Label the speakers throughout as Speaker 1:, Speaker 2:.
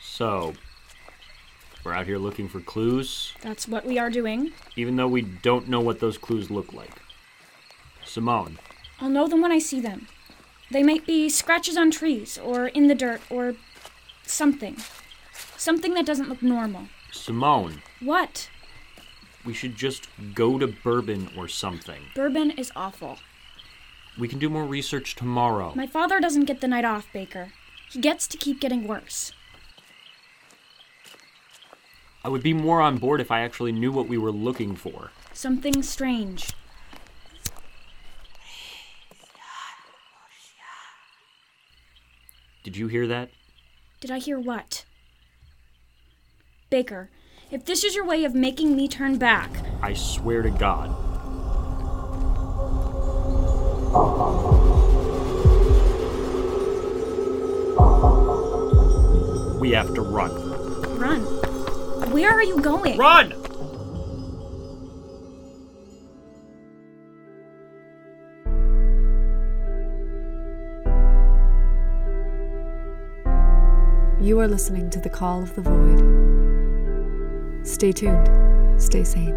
Speaker 1: So, we're out here looking for clues,
Speaker 2: That's what we are doing.
Speaker 1: even though we don't know what those clues look like. Simone,
Speaker 2: I'll know them when I see them. They might be scratches on trees, or in the dirt, or something. Something that doesn't look normal.
Speaker 1: Simone,
Speaker 2: What?
Speaker 1: we should just go to Bourbon or something.
Speaker 2: Bourbon is awful.
Speaker 1: We can do more research tomorrow.
Speaker 2: My father doesn't get the night off, Baker. He gets to keep getting worse.
Speaker 1: I would be more on board if I actually knew what we were looking for.
Speaker 2: Something strange.
Speaker 1: Did you hear that?
Speaker 2: Did I hear what? Baker, if this is your way of making me turn back,
Speaker 1: I swear to God. We have to run.
Speaker 2: run. Where are you going?
Speaker 1: Run!
Speaker 3: You are listening to The Call of the Void. Stay tuned, stay sane.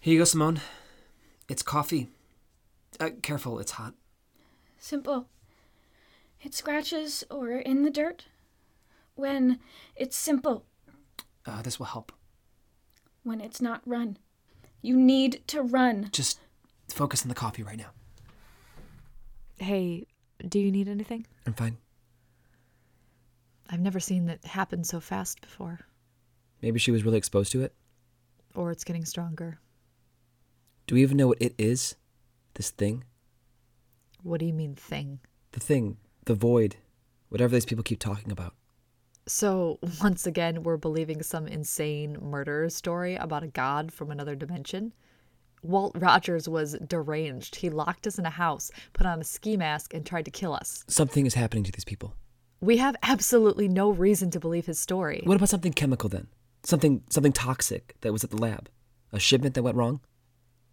Speaker 4: Here you go, Simone. It's coffee. Uh, careful, it's hot.
Speaker 2: Simple. It scratches or in the dirt. When it's simple,
Speaker 4: Uh, this will help.
Speaker 2: when it's not run. You need to run.
Speaker 4: Just focus on the coffee right now.
Speaker 5: Hey, do you need anything?
Speaker 4: I'm fine.
Speaker 5: I've never seen that happen so fast before.
Speaker 4: Maybe she was really exposed to it.
Speaker 5: Or it's getting stronger.
Speaker 4: Do we even know what it is? This thing?
Speaker 5: What do you mean, thing?
Speaker 4: The thing. The void. Whatever these people keep talking about.
Speaker 5: So, once again, we're believing some insane murder story about a god from another dimension. Walt Rogers was deranged. He locked us in a house, put on a ski mask, and tried to kill us.
Speaker 6: Something is happening to these people.
Speaker 5: We have absolutely no reason to believe his story.
Speaker 6: What about something chemical then? Something something toxic that was at the lab? A shipment that went wrong?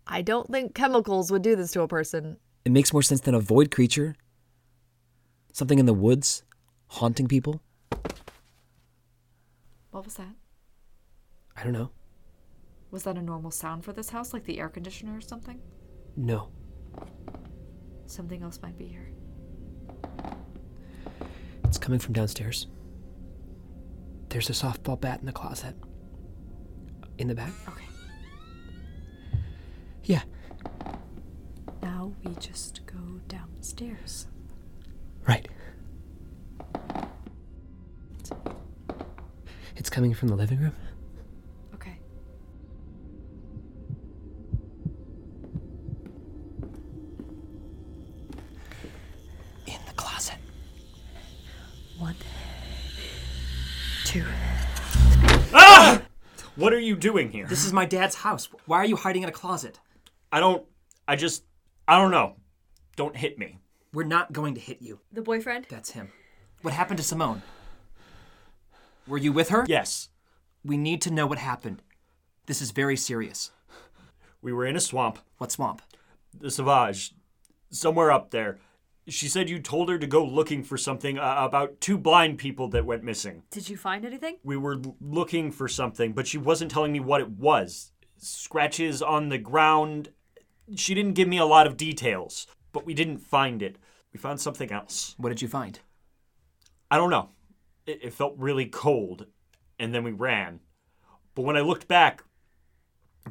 Speaker 5: I don't think chemicals would do this to a person.
Speaker 6: It makes more sense than a void creature. Something in the woods haunting people?
Speaker 7: What was that?
Speaker 6: I don't know.
Speaker 7: Was that a normal sound for this house, like the air conditioner or something?
Speaker 6: No.
Speaker 7: Something else might be here.
Speaker 6: It's coming from downstairs. There's a softball bat in the closet. In the back?
Speaker 7: Okay,
Speaker 6: Yeah.
Speaker 7: now we just go downstairs.
Speaker 6: Right. It's coming from the living room?
Speaker 7: Okay.
Speaker 6: In the closet.
Speaker 5: One, two.
Speaker 1: What are you doing here?
Speaker 4: This is my dad's house. Why are you hiding in a closet?
Speaker 1: I don't. I just. I don't know. Don't hit me.
Speaker 4: We're not going to hit you.
Speaker 8: The boyfriend?
Speaker 4: That's him. What happened to Simone? Were you with her?
Speaker 1: Yes,
Speaker 4: We need to know what happened. This is very serious.
Speaker 1: we were in a swamp.
Speaker 4: What swamp?
Speaker 1: The Savage. Somewhere up there. She said you told her to go looking for something uh, about two blind people that went missing.
Speaker 8: Did you find anything?
Speaker 1: we were l- looking for something, but she wasn't telling me what it was. Scratches on the ground. She didn't give me a lot of details, but we didn't find it. We found something else.
Speaker 4: What did you find?
Speaker 1: I don't know. It, it felt really cold, and then we ran. But when I looked back,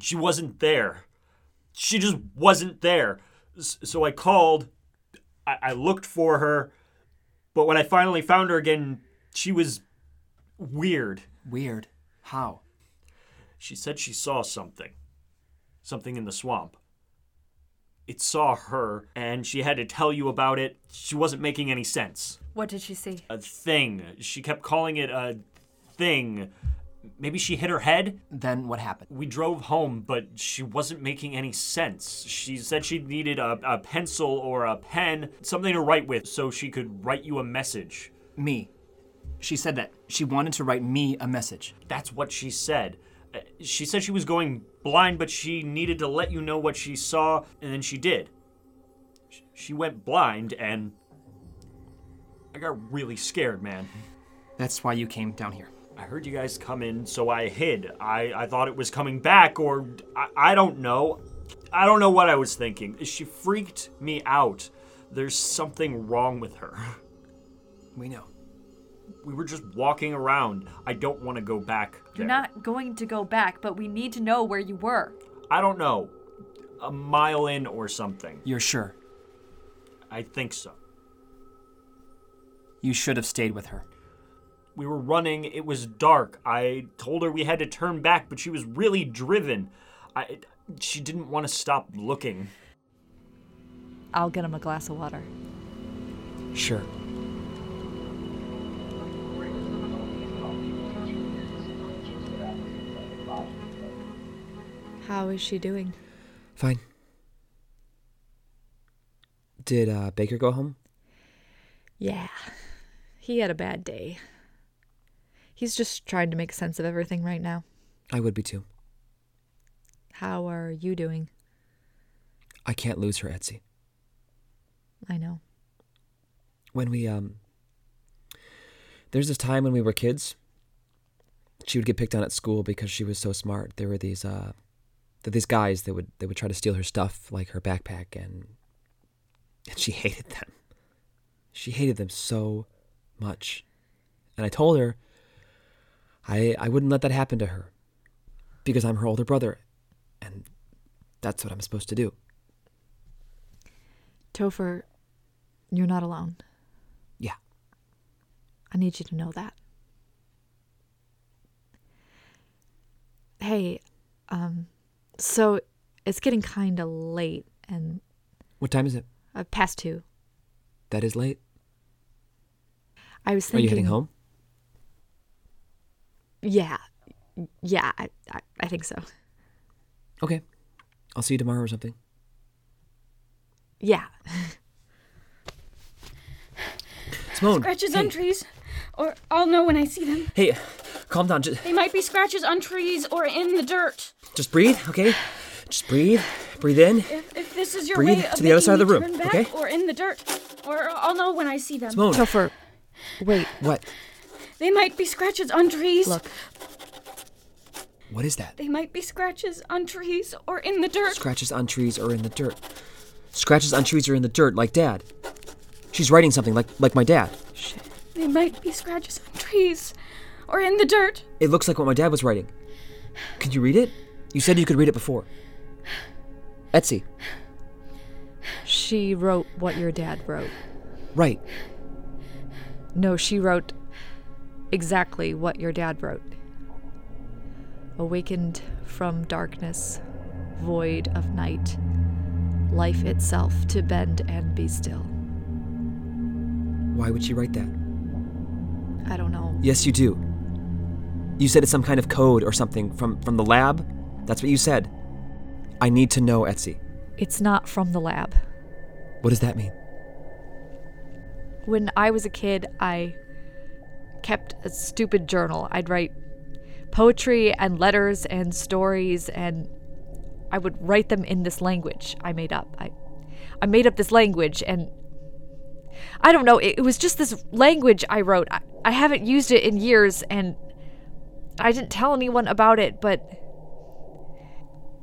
Speaker 1: she wasn't there. She just wasn't there. S- so I called. I-, I looked for her, but when I finally found her again, she was weird.
Speaker 4: Weird. How?
Speaker 1: She said she saw something. Something in the swamp. It saw her, and she had to tell you about it. She wasn't making any sense.
Speaker 8: What did she see?
Speaker 1: A thing. She kept calling it a thing. Maybe she hit her head?
Speaker 4: Then what happened?
Speaker 1: We drove home, but she wasn't making any sense. She said she needed a, a pencil or a pen, something to write with, so she could write you a message.
Speaker 4: Me. She said that she wanted to write me a message.
Speaker 1: That's what she said. Uh, She said she was going blind, but she needed to let you know what she saw, and then she did. Sh- She went blind, and I got really scared, man.
Speaker 4: That's why you came down here.
Speaker 1: I heard you guys come in, so I hid. I, I thought it was coming back, or I, I don't know. I don't know what I was thinking. She freaked me out. There's something wrong with her.
Speaker 4: We know.
Speaker 1: We were just walking around. I don't want to go back. there.
Speaker 5: You're not going to go back, but we need to know where you were.
Speaker 1: I don't know. A mile in or something.
Speaker 4: You're sure.
Speaker 1: I think so.
Speaker 4: You should have stayed with her.
Speaker 1: We were running. It was dark. I told her we had to turn back, but she was really driven. I she didn't want to stop looking.
Speaker 5: I'll get him a glass of water.
Speaker 4: Sure.
Speaker 3: How is she doing?
Speaker 6: Fine. Did uh, Baker go home?
Speaker 5: Yeah. He had a bad day. He's just trying to make sense of everything right now.
Speaker 6: I would be too.
Speaker 5: How are you doing?
Speaker 6: I can't lose her, Etsy.
Speaker 5: I know.
Speaker 6: When we, um. There's this time when we were kids. She would get picked on at school because she was so smart. There were these, uh. There were these guys that would they would try to steal her stuff, like her backpack, and. And she hated them. She hated them so much. And I told her. I, I wouldn't let that happen to her because I'm her older brother, and that's what I'm supposed to do.
Speaker 5: Topher, you're not alone.
Speaker 6: Yeah.
Speaker 5: I need you to know that. Hey, um, so it's getting kind of late and
Speaker 6: What time is it?
Speaker 5: uh, past two.
Speaker 6: That is late.
Speaker 5: I was thinking.
Speaker 6: Are you heading home?
Speaker 5: Yeah, yeah, I, I, I think so.
Speaker 6: Okay. I'll see you tomorrow or something.
Speaker 5: Yeah,
Speaker 6: Simone.
Speaker 2: Scratches
Speaker 6: hey,
Speaker 2: on trees, or I'll know when I see them.
Speaker 6: Hey, calm down. Just,
Speaker 2: They might be scratches on trees or in the dirt.
Speaker 6: just breathe, okay? Just breathe. Breathe in.
Speaker 2: If, if this is your
Speaker 6: Breathe
Speaker 2: way of
Speaker 6: to the other
Speaker 2: making
Speaker 6: side of
Speaker 2: me
Speaker 6: the room,
Speaker 2: turn back,
Speaker 6: okay?
Speaker 2: Or in the dirt, or I'll know when I see them.
Speaker 6: Simone.
Speaker 5: Topher, wait,
Speaker 6: What?
Speaker 2: They might be scratches on trees.
Speaker 5: look,
Speaker 6: What is that?
Speaker 2: They might be scratches on trees or in the dirt.
Speaker 6: Scratches on trees or in the dirt. Scratches on trees or in the dirt, like Dad. She's writing something like like my dad.
Speaker 2: They might be scratches on trees or in the dirt.
Speaker 6: It looks like what my dad was writing. Can you read it? You said you could read it before. Etsy.
Speaker 5: she wrote what your dad wrote.
Speaker 6: Right.
Speaker 5: No, she wrote exactly what your dad wrote. Awakened from darkness, void of night, life itself to bend and be still.
Speaker 6: Why would she write that?
Speaker 5: I don't know.
Speaker 6: Yes, you do. You said it's some kind of code or something from from the lab. That's what you said. I need to know, Etsy.
Speaker 5: It's not from the lab.
Speaker 6: What does that mean?
Speaker 5: When I was a kid, I kept a stupid journal. I'd write poetry and letters and stories and I would write them in this language I made up. I I made up this language and I don't know, it, it was just this language I wrote. I, I haven't used it in years and I didn't tell anyone about it, but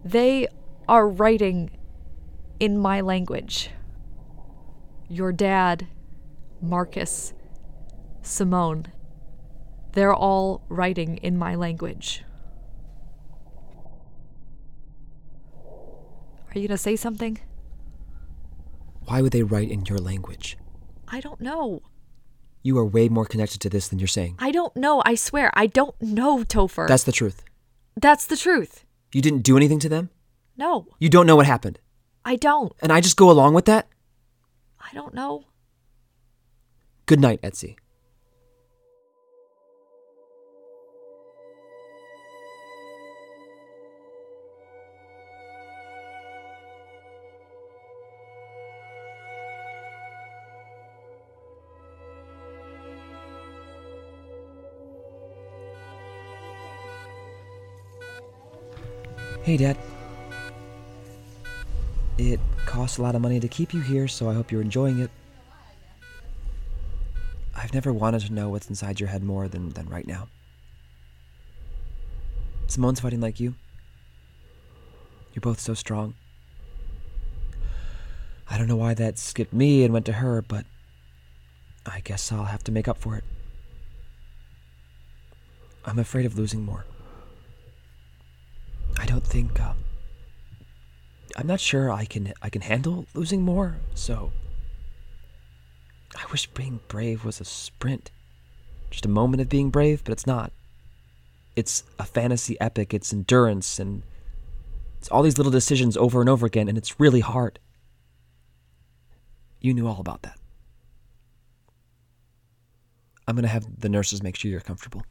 Speaker 5: they are writing in my language. Your dad Marcus, Simone. They're all writing in my language. Are you going to say something?
Speaker 6: Why would they write in your language?
Speaker 5: I don't know.
Speaker 6: You are way more connected to this than you're saying.
Speaker 5: I don't know. I swear. I don't know, Topher.
Speaker 6: That's the truth.
Speaker 5: That's the truth.
Speaker 6: You didn't do anything to them.
Speaker 5: No,
Speaker 6: You don't know what happened.
Speaker 5: I don't.
Speaker 6: And I just go along with that?
Speaker 5: I don't know.
Speaker 6: Good night, Etsy. Hey, Dad. It costs a lot of money to keep you here, so I hope you're enjoying it. I've never wanted to know what's inside your head more than, than right now. Simone's fighting like you. You're both so strong. I don't know why that skipped me and went to her, but I guess I'll have to make up for it. I'm afraid of losing more. I don't think uh, I'm not sure I can I can handle losing more, so I wish being brave was a sprint. Just a moment of being brave, but it's not. It's a fantasy epic, it's endurance and it's all these little decisions over and over again and it's really hard. You knew all about that. I'm going to have the nurses make sure you're comfortable.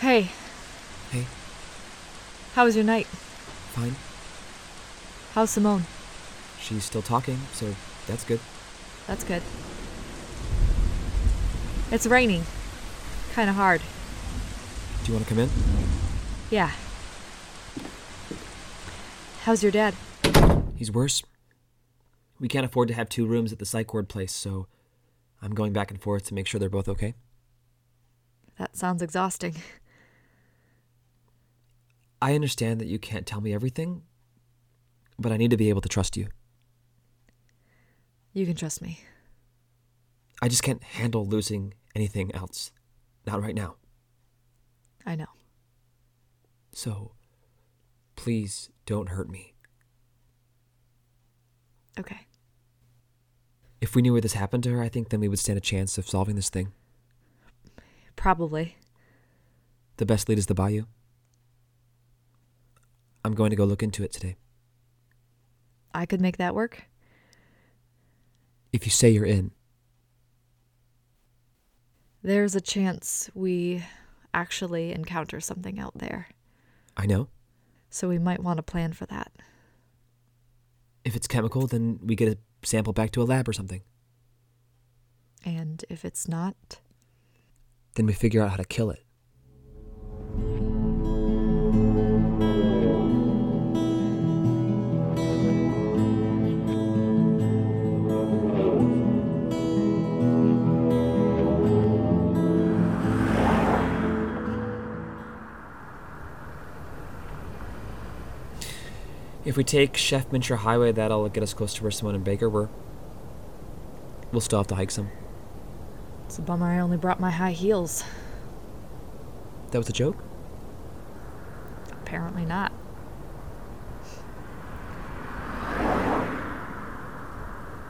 Speaker 5: Hey,
Speaker 6: Hey,
Speaker 5: how was your night?
Speaker 6: fine.
Speaker 5: How's Simone?
Speaker 6: She's still talking, so that's good.
Speaker 5: That's good. It's raining. Kind of hard.
Speaker 6: Do you want to come in?
Speaker 5: Yeah. How's your dad?
Speaker 6: He's worse. We can't afford to have two rooms at the psych ward place, so I'm going back and forth to make sure they're both okay.
Speaker 5: That sounds exhausting.
Speaker 6: I understand that you can't tell me everything, but I need to be able to trust you.
Speaker 5: You can trust me.
Speaker 6: I just can't handle losing anything else. Not right now.
Speaker 5: I know.
Speaker 6: So please don't hurt me.
Speaker 5: Okay.
Speaker 6: If we knew where this happened to her, I think then we would stand a chance of solving this thing.
Speaker 5: Probably.
Speaker 6: The best lead is the bayou. I'm going to go look into it today.
Speaker 5: I could make that work.
Speaker 6: If you say you're in,
Speaker 5: There's a chance we actually encounter something out there,
Speaker 6: I know.
Speaker 5: so we might want to plan for that.
Speaker 6: If it's chemical, then we get a sample back to a lab or something.
Speaker 5: And if it's not,
Speaker 6: Then we figure out how to kill it. If we take Chef Mincher Highway, that'll get us close to where Simone and Baker were. We'll still have to hike some.
Speaker 5: it's a bummer I only brought my high heels.
Speaker 6: That was a joke?
Speaker 5: Apparently not.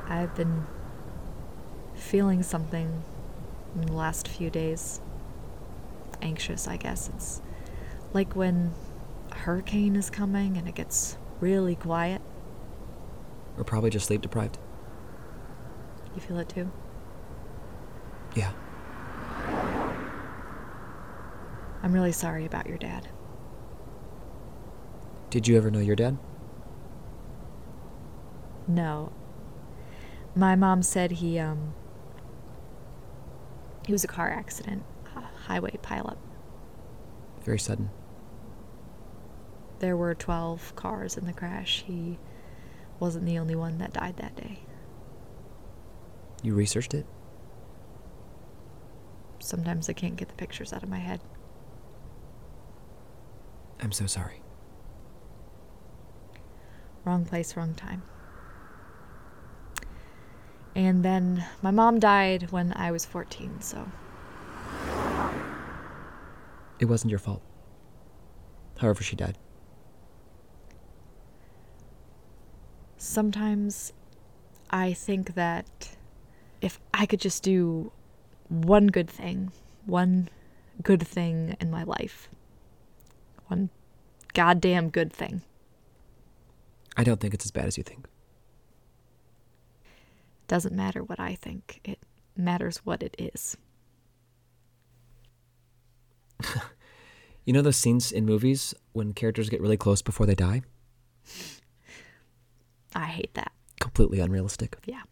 Speaker 5: I've been feeling something in the last few days. Anxious, I guess. It's like when a hurricane is coming and it gets really quiet.
Speaker 6: We're probably just sleep deprived.
Speaker 5: You feel it too?
Speaker 6: Yeah.
Speaker 5: I'm really sorry about your dad.
Speaker 6: Did you ever know your dad?
Speaker 5: No. My mom said he um he was a car accident, a highway pileup.
Speaker 6: Very sudden.
Speaker 5: There were 12 cars in the crash. He wasn't the only one that died that day.
Speaker 6: You researched it?
Speaker 5: Sometimes I can't get the pictures out of my head.
Speaker 6: I'm so sorry.
Speaker 5: Wrong place, wrong time. And then my mom died when I was 14, so
Speaker 6: It wasn't your fault. However, she died.
Speaker 5: sometimes I think that if I could just do one good thing, one good thing in my life, one goddamn good thing,
Speaker 6: I don't think it's as bad as you think.
Speaker 5: doesn't matter what I think, it matters what it is.
Speaker 6: You know those scenes in movies when characters get really close before they die?
Speaker 5: I hate that.
Speaker 6: Completely unrealistic.
Speaker 5: Yeah.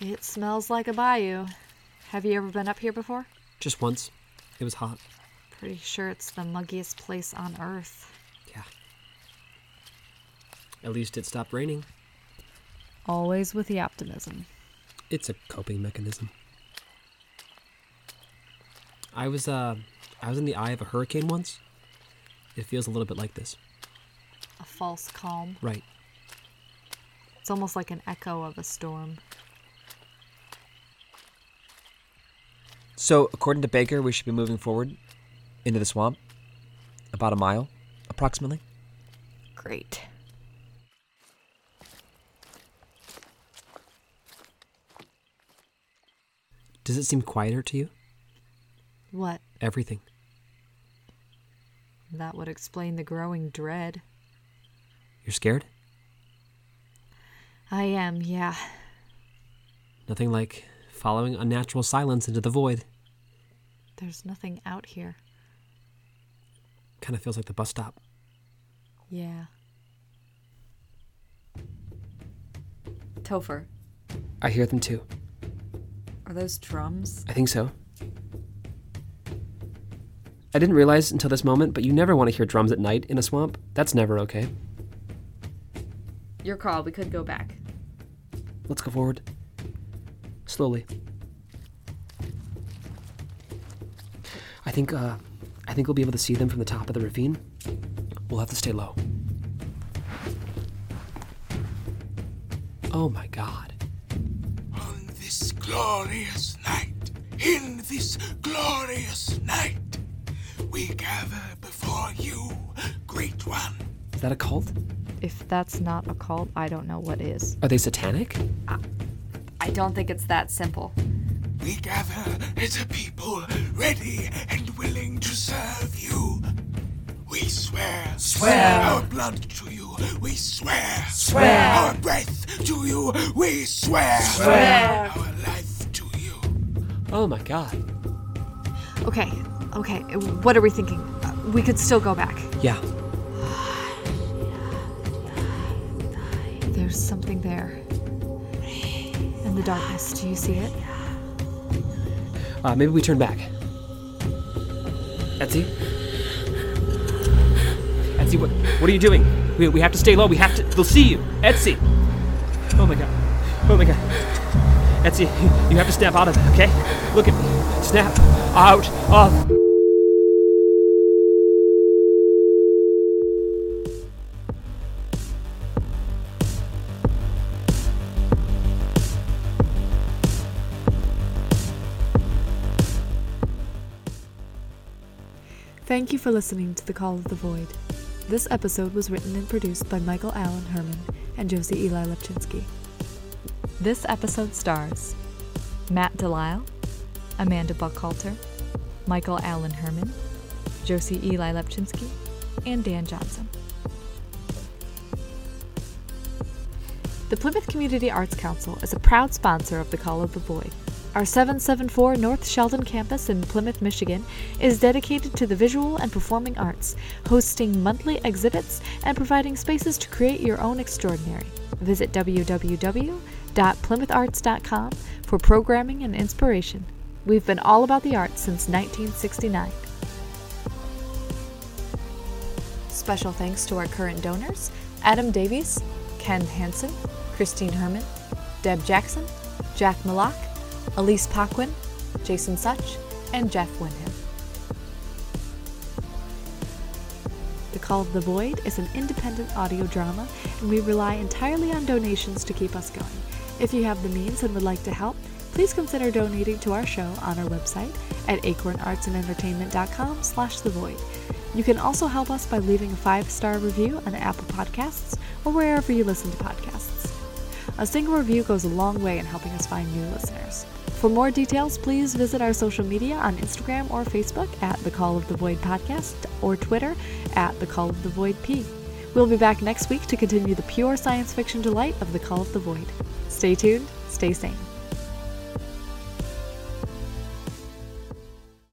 Speaker 5: It smells like a bayou. Have you ever been up here before?
Speaker 4: Just once. It was hot.
Speaker 5: Pretty sure it's the muggiest place on earth.
Speaker 4: Yeah. At least it stopped raining.
Speaker 5: Always with the optimism.
Speaker 4: It's a coping mechanism. I was uh I was in the eye of a hurricane once. It feels a little bit like this.
Speaker 5: A false calm.
Speaker 4: Right.
Speaker 5: It's almost like an echo of a storm.
Speaker 6: So, according to Baker, we should be moving forward into the swamp about a mile, approximately.
Speaker 5: Great.
Speaker 4: Does it seem quieter to you?
Speaker 5: What?
Speaker 4: Everything.
Speaker 5: That would explain the growing dread.
Speaker 6: You're scared?
Speaker 5: I am, yeah.
Speaker 4: Nothing like following unnatural silence into the void.
Speaker 5: There's nothing out here.
Speaker 4: Kind of feels like the bus stop.
Speaker 5: Yeah.
Speaker 7: Topher,
Speaker 4: I hear them too.
Speaker 7: are those drums?
Speaker 4: I think so. I didn't realize until this moment, but you never want to hear drums at night in a swamp. That's never okay.
Speaker 7: Your call. We could go back.
Speaker 4: Let's go forward. Slowly. I think uh I think we'll be able to see them from the top of the ravine. We'll have to stay low. Oh my god.
Speaker 8: On this glorious night, in this glorious night, we gather before you, Great One.
Speaker 4: Is that a cult?
Speaker 5: If that's not a cult, I don't know what is.
Speaker 4: Are they satanic?
Speaker 7: I don't think it's that simple.
Speaker 8: We gather as a people ready and willing to serve you. We swear, swear our blood to you. We swear, swear our breath to you. We swear, swear our life to you.
Speaker 4: Oh my god.
Speaker 5: Okay, okay. What are we thinking? Uh, we could still go back.
Speaker 4: Yeah.
Speaker 5: There's something there. In the darkness, do you see it?
Speaker 4: Uh, maybe we turn back. Etsy? Etsy, what, what are you doing? We, we have to stay low. We have to. They'll see you. Etsy! Oh my god. Oh my god. Etsy, you, you have to snap out of it, okay? Look at me. Snap out of.
Speaker 3: Thank you for listening to The Call of the Void. This episode was written and produced by Michael Allen Herman and Josie Eli Lepchinsky.
Speaker 5: This episode stars Matt Delisle, Amanda Buckhalter, Michael Allen Herman, Josie Eli Lepchinsky, and Dan Johnson. The Plymouth Community Arts Council is a proud sponsor of the Call of the Void. Our 774 North Sheldon campus in Plymouth, Michigan is dedicated to the visual and performing arts, hosting monthly exhibits and providing spaces to create your own extraordinary. Visit www.plymouthharts.com for programming and inspiration. We've been all about the arts since 1969. Special thanks to our current donors Adam Davies, Ken Hansen, Christine Herman, Deb Jackson, Jack Malak, Elise Paquin, Jason Such, and Jeff Winham. The Call of the Void is an independent audio drama, and we rely entirely on donations to keep us going. If you have the means and would like to help, please consider donating to our show on our website at acornartsandentertainment.com slash the void. You can also help us by leaving a five-star review on Apple Podcasts or wherever you listen to podcasts. A single review goes a long way in helping us find new listeners. For more details, please visit our social media on Instagram or Facebook at The Call of the Void Podcast or Twitter at The Call of the Void P. We'll be back next week to continue the pure science fiction delight of The Call of the Void. Stay tuned, stay sane.